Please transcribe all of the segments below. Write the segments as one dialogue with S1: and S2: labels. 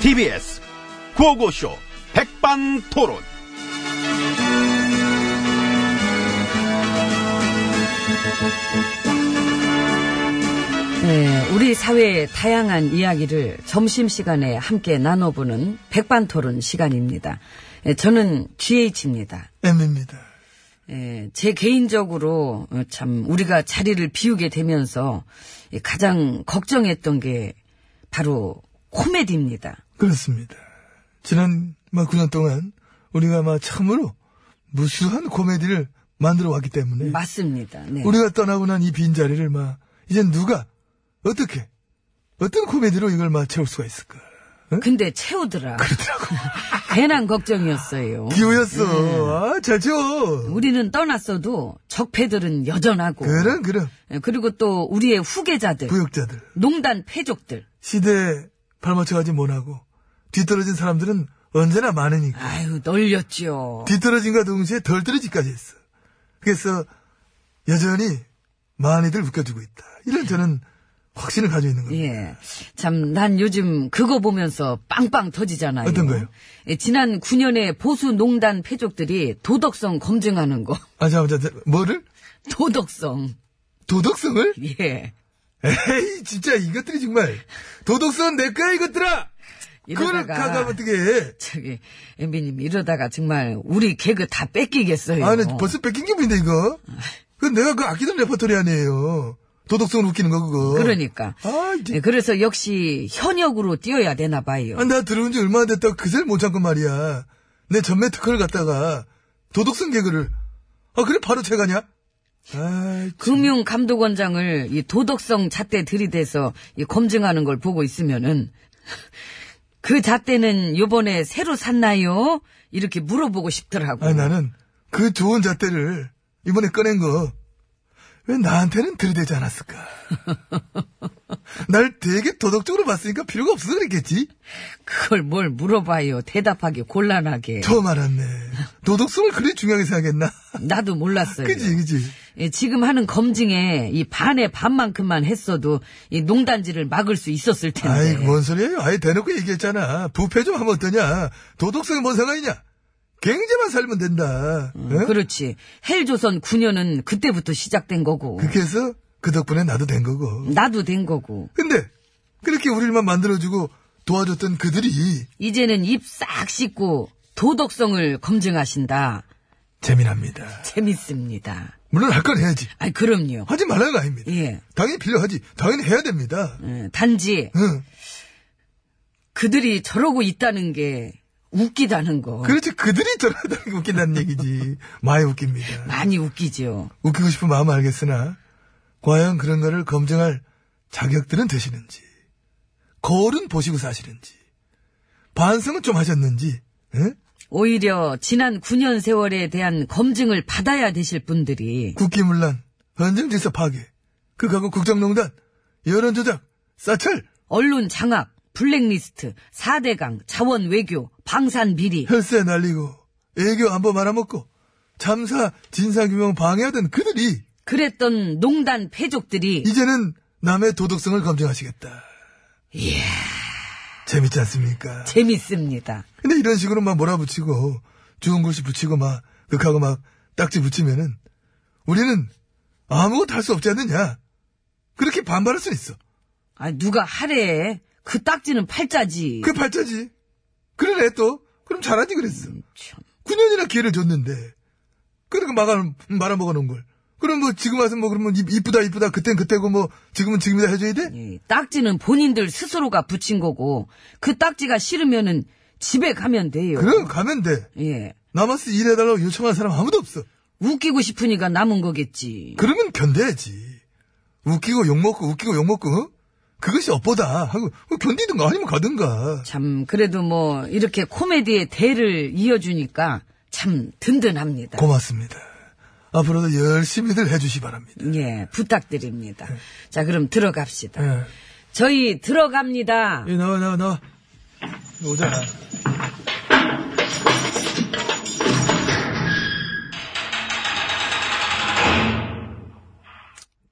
S1: TBS 구호고쇼 백반토론
S2: 네, 우리 사회의 다양한 이야기를 점심시간에 함께 나눠보는 백반토론 시간입니다. 예, 저는 GH입니다. 네,
S3: M입니다.
S2: 제 개인적으로 어, 참 우리가 자리를 비우게 되면서 이 가장 걱정했던 게 바로 코미디입니다.
S3: 그렇습니다. 지난 막 9년 동안 우리가 막 참으로 무수한 코미디를 만들어 왔기 때문에
S2: 맞습니다. 네.
S3: 우리가 떠나고 난 이 빈자리를 막 이제 누가 어떻게 어떤 코미디로 이걸 막 채울 수가 있을까?
S2: 근데 채우더라.
S3: 그러더라고.
S2: 괜한 걱정이었어요.
S3: 기호였어. 아, 잘 채워.
S2: 음. 우리는 떠났어도 적폐들은 여전하고
S3: 그럼 그럼
S2: 예, 그리고 또 우리의 후계자들
S3: 부역자들
S2: 농단 패족들.
S3: 시대에 발맞춰가지 못하고 뒤떨어진 사람들은 언제나 많으니까
S2: 아유, 널렸지요.
S3: 뒤떨어진과 동시에 덜 떨어지까지 했어. 그래서 여전히 많이들 웃겨주고 있다. 이런 저는 확신을 가지고 있는 겁니다.
S2: 예. 참, 난 요즘 그거 보면서 빵빵 터지잖아요.
S3: 어떤 거요?
S2: 예, 지난 9년의 보수 농단 패족들이 도덕성 검증하는 거.
S3: 아, 잠깐만, 잠깐만. 뭐를?
S2: 도덕성.
S3: 도덕성을?
S2: 예.
S3: 에이, 진짜 이것들이 정말. 도덕성은 내 거야, 이것들아! 그거를 가가 어떻게 해?
S2: 저기, 엠비님, 이러다가 정말 우리 개그 다 뺏기겠어요.
S3: 아, 나 벌써 뺏긴 기분인데, 이거?
S2: 아.
S3: 그건 내가 그 아끼던 레퍼토리 아니에요. 도덕성은 웃기는 거, 그거.
S2: 그러니까.
S3: 아, 이제.
S2: 예, 그래서 역시 현역으로 뛰어야 되나 봐요.
S3: 아, 나 들어온 지 얼마나 됐다고 그새 못 참고 말이야. 내 전매 특허를 갖다가 도덕성 개그를. 아, 그래, 바로 채가냐? 아,
S2: 금융감독원장을 이 도덕성 잣대 들이대서 이 검증하는 걸 보고 있으면은 그 잣대는 요번에 새로 샀나요? 이렇게 물어보고 싶더라고.
S3: 아니, 나는 그 좋은 잣대를 이번에 꺼낸 거, 왜 나한테는 들이대지 않았을까? 날 되게 도덕적으로 봤으니까 필요가 없어 그랬겠지?
S2: 그걸 뭘 물어봐요. 대답하기 곤란하게.
S3: 처음 알았네. 도덕성을 그리 중요하게 생각했나?
S2: 나도 몰랐어요.
S3: 그지, 그지.
S2: 예, 지금 하는 검증에 이 반의 반만큼만 했어도 이 농단지를 막을 수 있었을 텐데.
S3: 아이, 뭔 소리예요? 아예 대놓고 얘기했잖아. 부패 좀 하면 어떠냐? 도덕성이 뭔 상관이냐? 경제만 살면 된다. 어?
S2: 그렇지. 헬조선 9년은 그때부터 시작된 거고.
S3: 그렇게 해서 그 덕분에 나도 된 거고.
S2: 나도 된 거고.
S3: 근데 그렇게 우리를만 만들어주고 도와줬던 그들이
S2: 이제는 입 싹 씻고 도덕성을 검증하신다.
S3: 재미납니다.
S2: 재밌습니다.
S3: 물론 할 건 해야지.
S2: 아, 그럼요.
S3: 하지 말라는 거 아닙니다.
S2: 예.
S3: 당연히 필요하지. 당연히 해야 됩니다.
S2: 어, 단지
S3: 응.
S2: 그들이 저러고 있다는 게 웃기다는 거.
S3: 그렇지. 그들이 저러다 웃긴다는 얘기지. 많이 웃깁니다.
S2: 많이 웃기죠.
S3: 웃기고 싶은 마음은 알겠으나 과연 그런 거를 검증할 자격들은 되시는지 거울은 보시고 사시는지 반성은 좀 하셨는지 응?
S2: 오히려 지난 9년 세월에 대한 검증을 받아야 되실 분들이
S3: 국기문란 헌정질서 파괴 그거하고 국정농단 여론조작 사찰
S2: 언론 장악, 블랙리스트, 4대강, 자원 외교, 방산 비리.
S3: 혈세 날리고 애교 안보 말아먹고 참사 진상규명 방해하던 그들이
S2: 그랬던 농단 패족들이
S3: 이제는 남의 도덕성을 검증하시겠다 재밌지 않습니까
S2: 재밌습니다.
S3: 근데 이런 식으로 막 몰아붙이고 좋은 글씨 붙이고 막 극하고 막 딱지 붙이면은 우리는 아무것도 할 수 없지 않느냐 그렇게 반발할 수 있어
S2: 아, 누가 하래. 그 딱지는 팔자지.
S3: 그게 발자지 그러네 또 그럼 잘하지 그랬어
S2: 참.
S3: 9년이나 기회를 줬는데 그러니까 막아 말아먹어 놓은 걸 그럼 뭐 지금 와서 뭐 그러면 이- 이쁘다 이쁘다 그땐 그때고 뭐 지금은 지금이다 해줘야 돼?
S2: 예, 딱지는 본인들 스스로가 붙인 거고 그 딱지가 싫으면은 집에 가면 돼요.
S3: 그럼 가면 돼
S2: 예.
S3: 남아서 일해달라고 요청한 사람 아무도 없어
S2: 웃기고 싶으니까 남은 거겠지.
S3: 그러면 견뎌야지. 웃기고 욕먹고, 웃기고 욕먹고, 어? 그것이 업보다 하고 뭐 견디든가 아니면 가든가.
S2: 참 그래도 뭐 이렇게 코미디의 대를 이어주니까 참 든든합니다.
S3: 고맙습니다. 앞으로도 열심히들 해주시 바랍니다.
S2: 예, 부탁드립니다. 자, 그럼 들어갑시다.
S3: 예.
S2: 저희 들어갑니다.
S3: 예, 나와, 나와, 나와. 너 오잖아.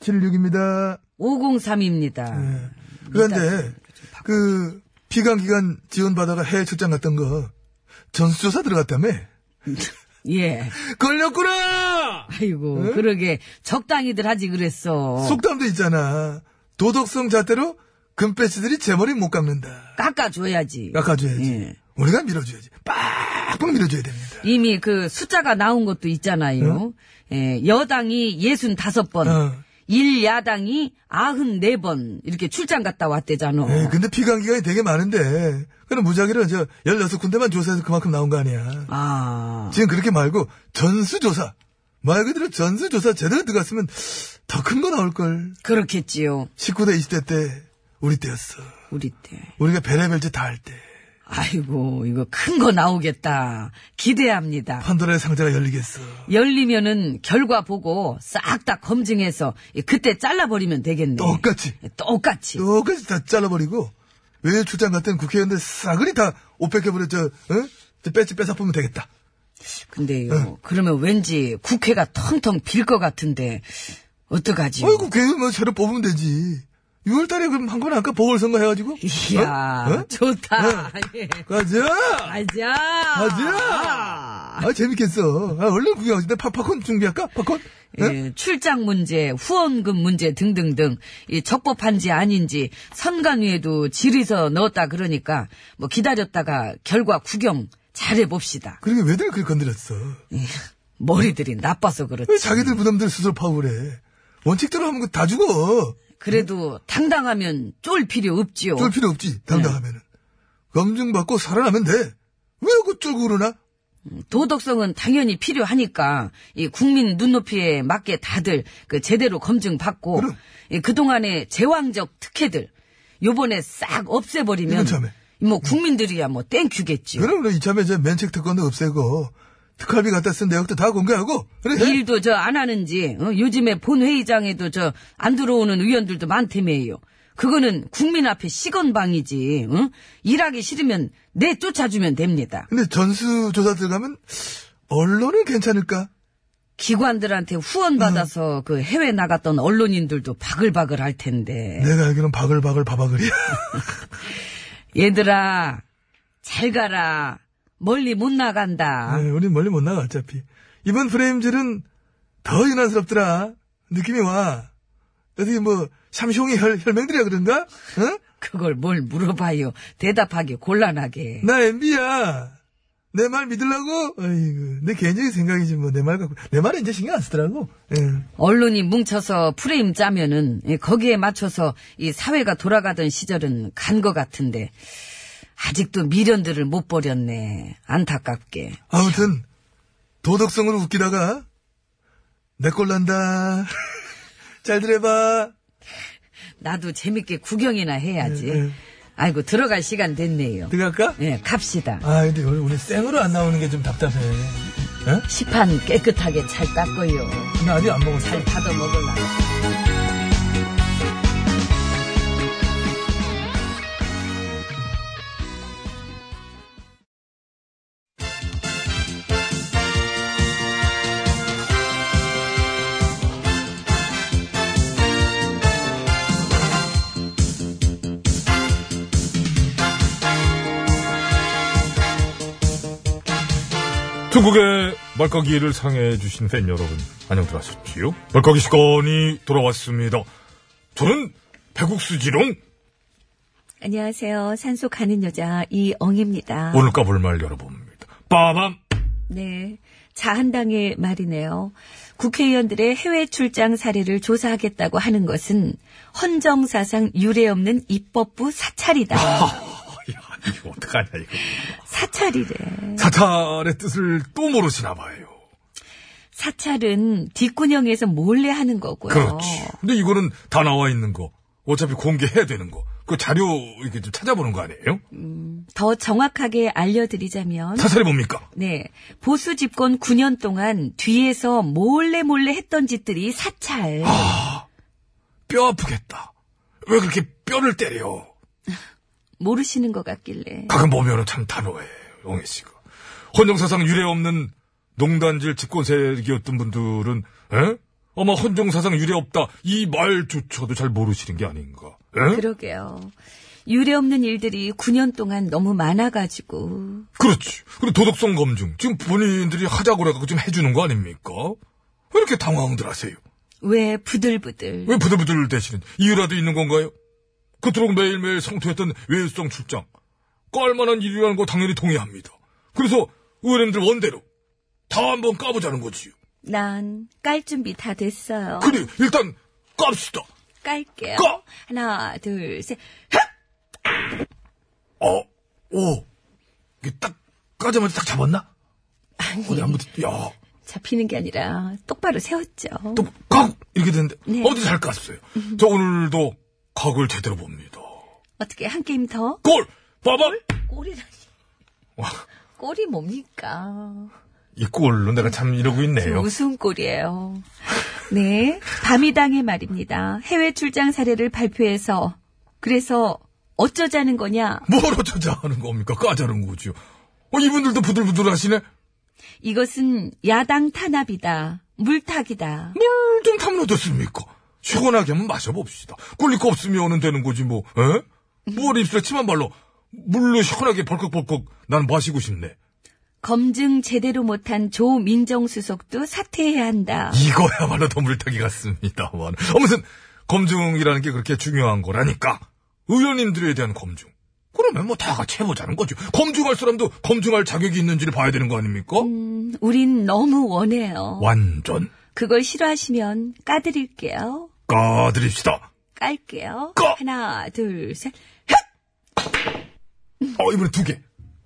S3: 칠육입니다
S2: 503입니다.
S3: 네. 그런데, 그, 비강 기간 지원받아가 해외 출장 갔던 거, 전수조사 들어갔다며?
S2: 예.
S3: 걸렸구나!
S2: 아이고, 그러게. 적당히들 하지 그랬어.
S3: 네? 속담도 있잖아. 도덕성 잣대로 금배치들이 제 머리 못 깎는다.
S2: 깎아줘야지.
S3: 깎아줘야지.
S2: 예.
S3: 우리가 밀어줘야지. 빡빡 밀어줘야 됩니다.
S2: 이미 그 숫자가 나온 것도 있잖아요. 예, 여당이 65번,
S3: 어.
S2: 일 야당이 94번 이렇게 출장 갔다 왔대잖아.
S3: 에이, 예, 근데 피감 기간이 되게 많은데, 그럼 무작위로 저 16군데만 조사해서 그만큼 나온 거 아니야.
S2: 아,
S3: 지금 그렇게 말고 전수조사. 말 그대로 전수조사 제대로 들어갔으면 더 큰 거 나올걸.
S2: 그렇겠지요.
S3: 19대, 20대 때 우리 때였어.
S2: 우리 때.
S3: 우리가 베레벨 즈다 할 때.
S2: 아이고, 이거 큰 거 나오겠다. 기대합니다.
S3: 판도라의 상자가 열리겠어.
S2: 열리면은 결과 보고 싹 다 검증해서 이 그때 잘라버리면 되겠네. 예,
S3: 똑같이.
S2: 똑같이.
S3: 똑같이 다 잘라버리고 왜 출장 갔던 국회의원들 싸그리 다 오백해버려 저, 어? 저 빼지 뺏어보면 되겠다.
S2: 근데요, 그러면 왠지 국회가 텅텅 빌 것 같은데, 어떡하지?
S3: 어이 국회의원 뭐 새로 뽑으면 되지. 6월달에 그럼 한 건 아까 보궐선거 해가지고.
S2: 이야,
S3: 어? 어?
S2: 좋다. 예.
S3: 가자.
S2: 가자.
S3: 가자. 아 재밌겠어. 아, 얼른 구경하시는데 팝콘 준비할까? 팝콘? 어? 응?
S2: 예, 출장 문제, 후원금 문제 등등등 이 적법한지 아닌지 선관위에도 질의서 넣었다 그러니까 뭐 기다렸다가 결과 구경 잘해 봅시다.
S3: 그러게 왜들 그렇게 건드렸어?
S2: 네, 머리들이 나빠서 그렇지.
S3: 왜 자기들 부담들 스스로 파고 그래? 원칙대로 하면 그거 다 죽어.
S2: 그래도 당당하면 쫄 필요 없지요.
S3: 쫄 필요 없지. 당당하면은.
S2: 네.
S3: 검증받고 살아나면 돼. 왜 그 쫄고 그러나?
S2: 도덕성은 당연히 필요하니까 이 국민 눈높이에 맞게 다들 그 제대로 검증받고
S3: 그럼.
S2: 그 동안의 제왕적 특혜들 요번에 싹 없애버리면
S3: 이건 참해.
S2: 뭐 국민들이야 뭐 땡큐겠지.
S3: 그럼 그럼 이참에 저 면책 특권도 없애고 특활비 갖다 쓴 내역도 다 공개하고 그래.
S2: 일도 저 안 하는지 어? 요즘에 본회의장에도 저 안 들어오는 의원들도 많대매요. 그거는 국민 앞에 시건방이지. 어? 일하기 싫으면 내 쫓아주면 됩니다.
S3: 근데 전수조사 들어가면 언론은 괜찮을까?
S2: 기관들한테 후원 받아서
S3: 음.
S2: 그 해외 나갔던 언론인들도 바글바글 할 텐데.
S3: 내가 알기로는 바글바글 바바글이야.
S2: 얘들아 잘 가라. 멀리 못 나간다.
S3: 네, 우린 멀리 못 나가 어차피. 이번 프레임질은 더 유난스럽더라. 느낌이 와. 어디 뭐 샴숑이 혈, 혈맹들이야 그런가? 어? 응?
S2: 그걸 뭘 물어봐요. 대답하기 곤란하게.
S3: 나 MB야. 내 말 믿으려고? 어이구, 내 개인적인 생각이지 뭐 내 말 갖고 내 말은 이제 신경 안 쓰더라고. 예.
S2: 언론이 뭉쳐서 프레임 짜면은 예, 거기에 맞춰서 이 사회가 돌아가던 시절은 간 것 같은데 아직도 미련들을 못 버렸네 안타깝게
S3: 아무튼 도덕성으로 웃기다가 내 꼴 난다. 잘 들어봐.
S2: 나도 재밌게 구경이나 해야지
S3: 예, 예.
S2: 아이고 들어갈 시간 됐네요
S3: 들어갈까?
S2: 예 갑시다
S3: 아 근데 오늘 우리 생으로 안 나오는 게 좀 답답해. 어?
S2: 시판 깨끗하게 잘 닦고요
S3: 나 아직 안 먹었어.
S2: 잘 받아 먹을라
S4: 중국의 말까기를 상해해주신 팬 여러분, 안녕들 하셨지요? 말까기 시간이 돌아왔습니다. 저는 배국수지롱,
S5: 안녕하세요. 산소 가는 여자 이엉입니다.
S4: 오늘 까볼 말 열어봅니다. 빠밤!
S5: 네. 자한당의 말이네요. 국회의원들의 해외 출장 사례를 조사하겠다고 하는 것은 헌정사상 유례 없는 입법부 사찰이다.
S4: 아, 야, 이거 어떡하냐, 이거.
S5: 사찰이래.
S4: 사찰의 뜻을 또 모르시나 봐요.
S2: 사찰은 뒷구녕에서 몰래 하는 거고요.
S3: 그렇지.
S2: 어.
S3: 근데 이거는 다 나와 있는 거. 어차피 공개해야 되는 거. 그 자료 이렇게 좀 찾아보는 거 아니에요?
S2: 더 정확하게 알려드리자면
S3: 사찰이 뭡니까?
S2: 네. 보수 집권 9년 동안 뒤에서 몰래 몰래 했던 짓들이 사찰.
S4: 아,
S3: 뼈 아프겠다. 왜 그렇게 뼈를 때려?
S2: 모르시는 것 같길래.
S3: 가끔 보면은 참 단호해, 영애 씨가. 헌정사상 유례 없는 농단질 집권세력이었던 분들은, 에? 아마 헌정사상 유례 없다. 이 말조차도 잘 모르시는 게 아닌가. 에?
S2: 그러게요. 유례없는 일들이 9년 동안 너무 많아가지고.
S3: 그렇지. 그리고 도덕성 검증. 지금 본인들이 하자고 해갖고 지금 해주는 거 아닙니까? 왜 이렇게 당황들 하세요?
S2: 왜 부들부들.
S3: 왜 부들부들 대시는 이유라도 있는 건가요? 그토록 매일매일 성토했던 외유성 출장. 깔만한 일이라는 거 당연히 동의합니다. 그래서 의원님들 원대로 다 한번 까보자는 거지요.
S2: 난 깔 준비 다 됐어요.
S3: 그래, 일단 깝시다.
S2: 깔게요.
S3: 꺼!
S2: 하나, 둘, 셋.
S3: 어, 오. 이게 딱 까자마자 딱 잡았나? 어디 안 붙, 야,
S2: 잡히는 게 아니라 똑바로 세웠죠.
S3: 또 깍! 이렇게 되는데
S2: 네.
S3: 어디 잘 깠어요. 저 오늘도 각을 제대로 봅니다.
S2: 어떻게 한 게임 더?
S3: 골! 봐봐!
S2: 골이라니.
S3: 와,
S2: 골이 뭡니까?
S3: 이 골로 내가 참 이러고 있네요.
S2: 무슨 꼴이에요? 네. 밤이당의 말입니다. 해외 출장 사례를 발표해서, 그래서 어쩌자는 거냐?
S3: 뭘 어쩌자 하는 겁니까? 까자는 거지요. 어, 이분들도 부들부들 하시네?
S2: 이것은 야당 탄압이다. 물타기다.
S3: 뭘 좀 탐나뒀습니까? 시원하게 한번 마셔봅시다. 꿀릴 거 없으면 되는 거지, 뭐, 에? 뭘 입술에 침한 발로, 물로 시원하게 벌컥벌컥 난 마시고 싶네.
S2: 검증 제대로 못한 조민정수석도 사퇴해야 한다.
S3: 이거야말로 더 물타기 같습니다만. 아무튼, 검증이라는 게 그렇게 중요한 거라니까. 의원님들에 대한 검증. 그러면 뭐 다 같이 해보자는 거죠. 검증할 사람도 검증할 자격이 있는지를 봐야 되는 거 아닙니까?
S2: 음, 우린 너무 원해요.
S3: 완전
S2: 그걸 싫어하시면 까드릴게요.
S3: 까드립시다.
S2: 깔게요.
S3: 꺼!
S2: 하나, 둘, 셋.
S3: 어, 이번에 두 개.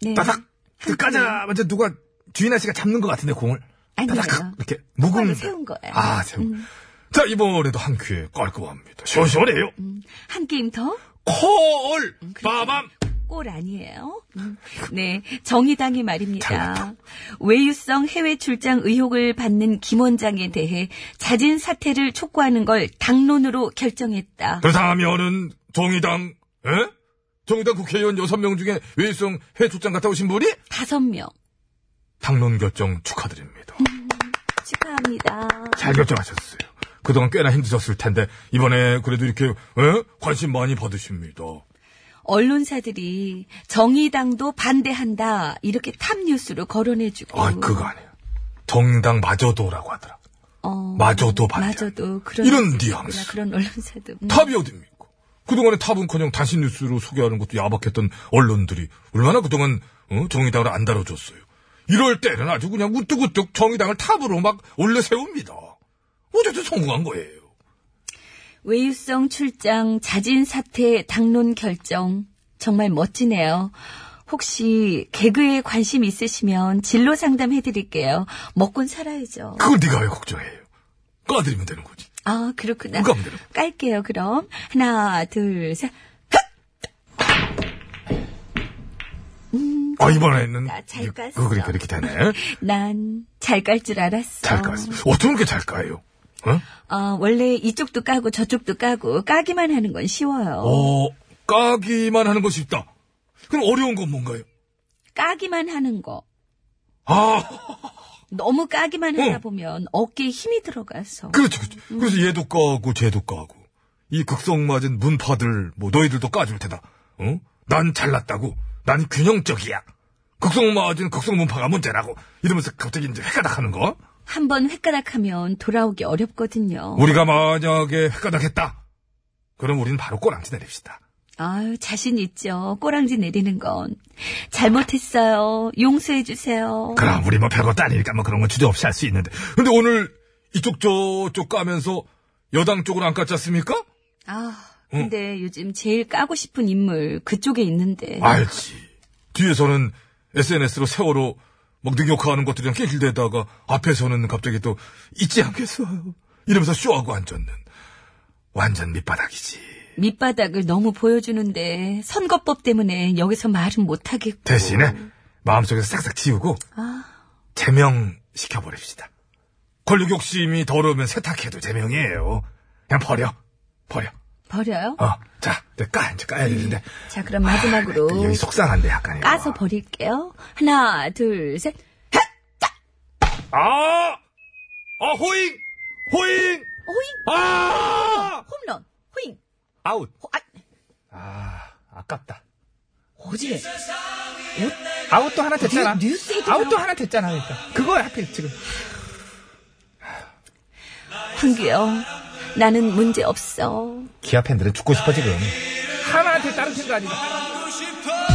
S2: 네.
S3: 따닥! 그 까자마자 누가, 주인아 씨가 잡는 것 같은데, 공을.
S2: 아니에요.
S3: 따닥! 이렇게,
S2: 똑바로
S3: 묵은.
S2: 세운 거예요. 음.
S3: 아, 세운. 자, 이번에도 한 큐에 깔끔합니다. 시원시원해요.
S2: 음. 한 게임 더?
S3: 콜!
S2: 음,
S3: 빠밤!
S2: 꼴 아니에요? 음, 네, 정의당이 말입니다.
S3: 잘났다.
S2: 외유성 해외 출장 의혹을 받는 김 원장에 대해 자진 사퇴를 촉구하는 걸 당론으로 결정했다.
S3: 그렇다면은, 정의당, 에? 정의당 국회의원 여섯 명 중에 외일성 해출장 갔다 오신 분이?
S2: 다섯 명
S3: 당론 결정 축하드립니다.
S2: 음. 축하합니다.
S3: 잘 결정하셨어요. 그동안 꽤나 힘드셨을 텐데, 이번에 그래도 이렇게, 에? 관심 많이 받으십니다.
S2: 언론사들이 정의당도 반대한다 이렇게 탑뉴스로 거론해주고
S3: 아, 그거 아니에요. 정당 마저도라고 하더라.
S2: 어,
S3: 마저도 반대.
S2: 마저도 그런
S3: 이런 뉘앙스.
S2: 그런 언론사도 음.
S3: 탑이 어딥니까? 그동안에 탑은커녕 단신 뉴스로 소개하는 것도 야박했던 언론들이 얼마나 그동안 어? 정의당을 안 다뤄줬어요. 이럴 때는 아주 그냥 우뚝우뚝 정의당을 탑으로 막 올려세웁니다. 어쨌든 성공한 거예요.
S2: 외유성 출장 자진 사퇴 당론 결정 정말 멋지네요. 혹시 개그에 관심 있으시면 진로 상담 해드릴게요. 먹곤 살아야죠.
S3: 그걸 네가 왜 걱정해요? 까드리면 되는 거지.
S2: 아 그렇구나.
S3: 누가 만들어?
S2: 깔게요 그럼 하나 둘 셋.
S3: 아 이번에는
S2: 나
S3: 이-
S2: 잘 깠어.
S3: 그거 그러니까 이렇게 되네.
S2: 난 잘 깔 줄 알았어.
S3: 잘 깠어. 어쩜 그렇게 잘 까요? 어?
S2: 어, 원래 이쪽도 까고 저쪽도 까고 까기만 하는 건 쉬워요.
S3: 어, 까기만 하는 것이 있다. 그럼 어려운 건 뭔가요?
S2: 까기만 하는 거.
S3: 아,
S2: 너무 까기만 하다
S3: 어.
S2: 보면 어깨에 힘이 들어가서.
S3: 그렇지, 그렇지. 그래서 얘도 까고, 쟤도 까고. 이 극성 맞은 문파들, 뭐, 너희들도 까줄 테다. 어? 난 잘났다고. 난 균형적이야. 극성 맞은 극성 문파가 문제라고. 이러면서 갑자기 이제 헷가닥 하는 거?
S2: 한 번 횟가닥하면 돌아오기 어렵거든요.
S3: 우리가 만약에 헷가닥 했다. 그럼 우린 바로 꼬랑지 내립시다.
S2: 아유, 자신 있죠. 꼬랑지 내리는 건. 잘못했어요. 용서해주세요.
S3: 그럼 우리 뭐 별것도 아니니까 뭐 그런 건 주저 없이 할 수 있는데. 근데 오늘 이쪽 저쪽 까면서 여당 쪽으로 안 깠지 않습니까?
S2: 아, 근데 요즘 제일 까고 싶은
S3: 아.
S2: 인물 그쪽에 있는데.
S3: 알지. 뒤에서는 SNS로 세월호 막 능욕하는 것들이랑 깨질대다가 앞에서는 갑자기 또 잊지 않겠어요. 이러면서 쇼하고 앉았는 완전 밑바닥이지.
S2: 밑바닥을 너무 보여주는데 선거법 때문에 여기서 말은 못하겠고
S3: 대신에
S2: 어.
S3: 마음속에서 싹싹 지우고
S2: 아.
S3: 제명 시켜버립시다. 권력 욕심이 더러우면 세탁해도 제명이에요. 그냥 버려, 버려.
S2: 버려요?
S3: 어, 자, 이제 까 이제 까야 되는데
S2: 자 그럼 예. 마지막으로
S3: 그 여기 속상한데 약간 이거.
S2: 까서 버릴게요 하나 둘셋 어,
S3: 아, 아 호잉, 호잉,
S2: 호잉
S3: 아,
S2: 홈런 호잉
S3: 아웃.
S2: 호, 아,
S3: 아, 아깝다.
S2: 어제
S6: 아웃도 하나 됐잖아.
S2: 뉴스 헤드로
S6: 아웃도 하나 됐잖아. 그러니까 그거야 하필 지금.
S2: 훈규요 나는 문제 없어
S3: 기아 팬들은 죽고 싶어 지금.
S6: 하나한테 다른 팀도 아니고.
S7: 싶어